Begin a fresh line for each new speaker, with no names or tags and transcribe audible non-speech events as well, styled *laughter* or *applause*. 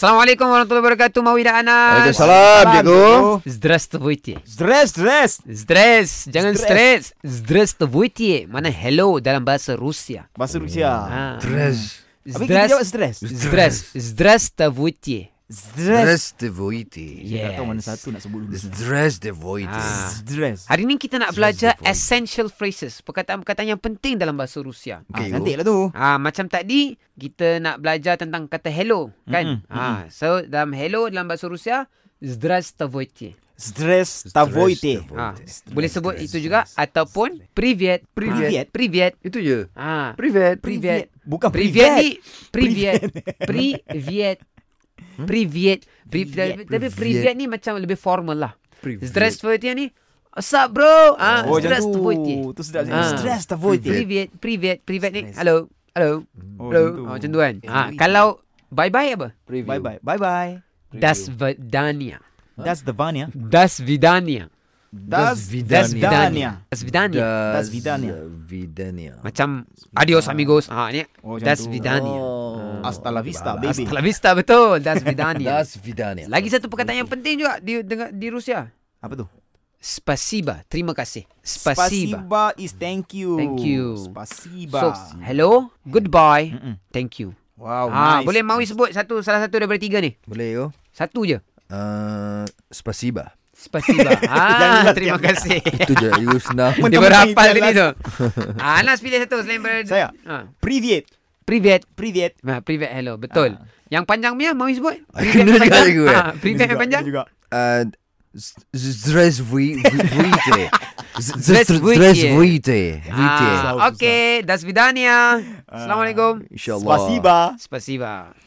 Assalamualaikum warahmatullahi wabarakatuh Mawida Anas
Waalaikumsalam, cikgu.
Здравствуйте
Stres, stres.
Здравствуйте Jangan stres Здравствуйте Mana hello dalam bahasa Rusia
Bahasa Rusia.
ha.
Stres.
Habis kita jawab stres.
Здравствуйте Здравствуйте
Stres.
Здравствуйте.
Tak tahu mana
Yes
satu nak sebut dulu. sebenarnya.
Здравствуйте.
Ah.
Stres.
Hari ni kita nak belajar essential phrases Perkataan-perkataan yang penting dalam bahasa Rusia
Ah, Cantik lah tu.
Ah macam tadi kita nak belajar tentang kata hello kan.
Mm-mm,
Ah so dalam hello dalam bahasa Rusia здравствуйте.
Stres tavoite.
Ah boleh sebut itu juga ataupun привет.
Привет.
Привет.
Itu je.
Ah
Ha.
Привет.
привет.
Bukan
Привет
privet.
ni привет. Привет.
Hmm?
Привет. Привет. Tapi привет ni macam lebih formal lah. Здравствуйте ni What's up bro? Ah
Oh, macam tu.
здравствуйте.
Tu sedap
Ah.
sikit. Stres tavoite.
Привет, привет, привет ni.
Stress.
Hello. Hello.
Oh,
Hello. Oh, macam tu kan. Ha, kalau bye-bye apa?
Bye-bye. Bye-bye.
Das Vidania.
Das Devania.
Das Vidania.
Das
Vidania.
Vidania.
Das Vidania.
Das
Das
Vidania.
Vidania.
Macam adios amigos. Ha ni.
Oh, macam
das
tu.
Vidania.
Hasta la vista,
Alah,
baby.
Hasta la vista betul. Das Vidania.
*laughs* Das Vidania.
Lagi satu perkataan yang penting juga di dengan di Rusia.
Apa tu?
Spasiba. Terima kasih. Spasiba.
Spasiba is thank you.
Thank you.
Spasiba.
So, hello, goodbye,
Mm-mm.
thank you.
Wow,
ha,
nice.
boleh mawi sebut satu salah satu daripada tiga ni.
Boleh yo.
Satu je.
Uh,
*laughs*
spasiba.
Spasiba. Ah,
Janganlah
terima
tiap-
kasih. *laughs*
Itu je. You senang.
Dia
Mentang-mentang
berapa
itu
tadi
yang
tu? Ah, Anas pilih satu selain ber...
Saya?
Ha.
Privet.
Privet.
Privet.
Ha, privet hello. Betul. Yang panjang punya mau sebut?
Kena juga
panjang.
juga, eh?
Ah, privet yang panjang.
Juga.
Uh,
*laughs*
Здравствуйте.
Здравствуйте.
Здравствуйте.
Ah, okay. Das Vidania. Assalamualaikum.
Inshallah.
Spasiba.
Spasiba.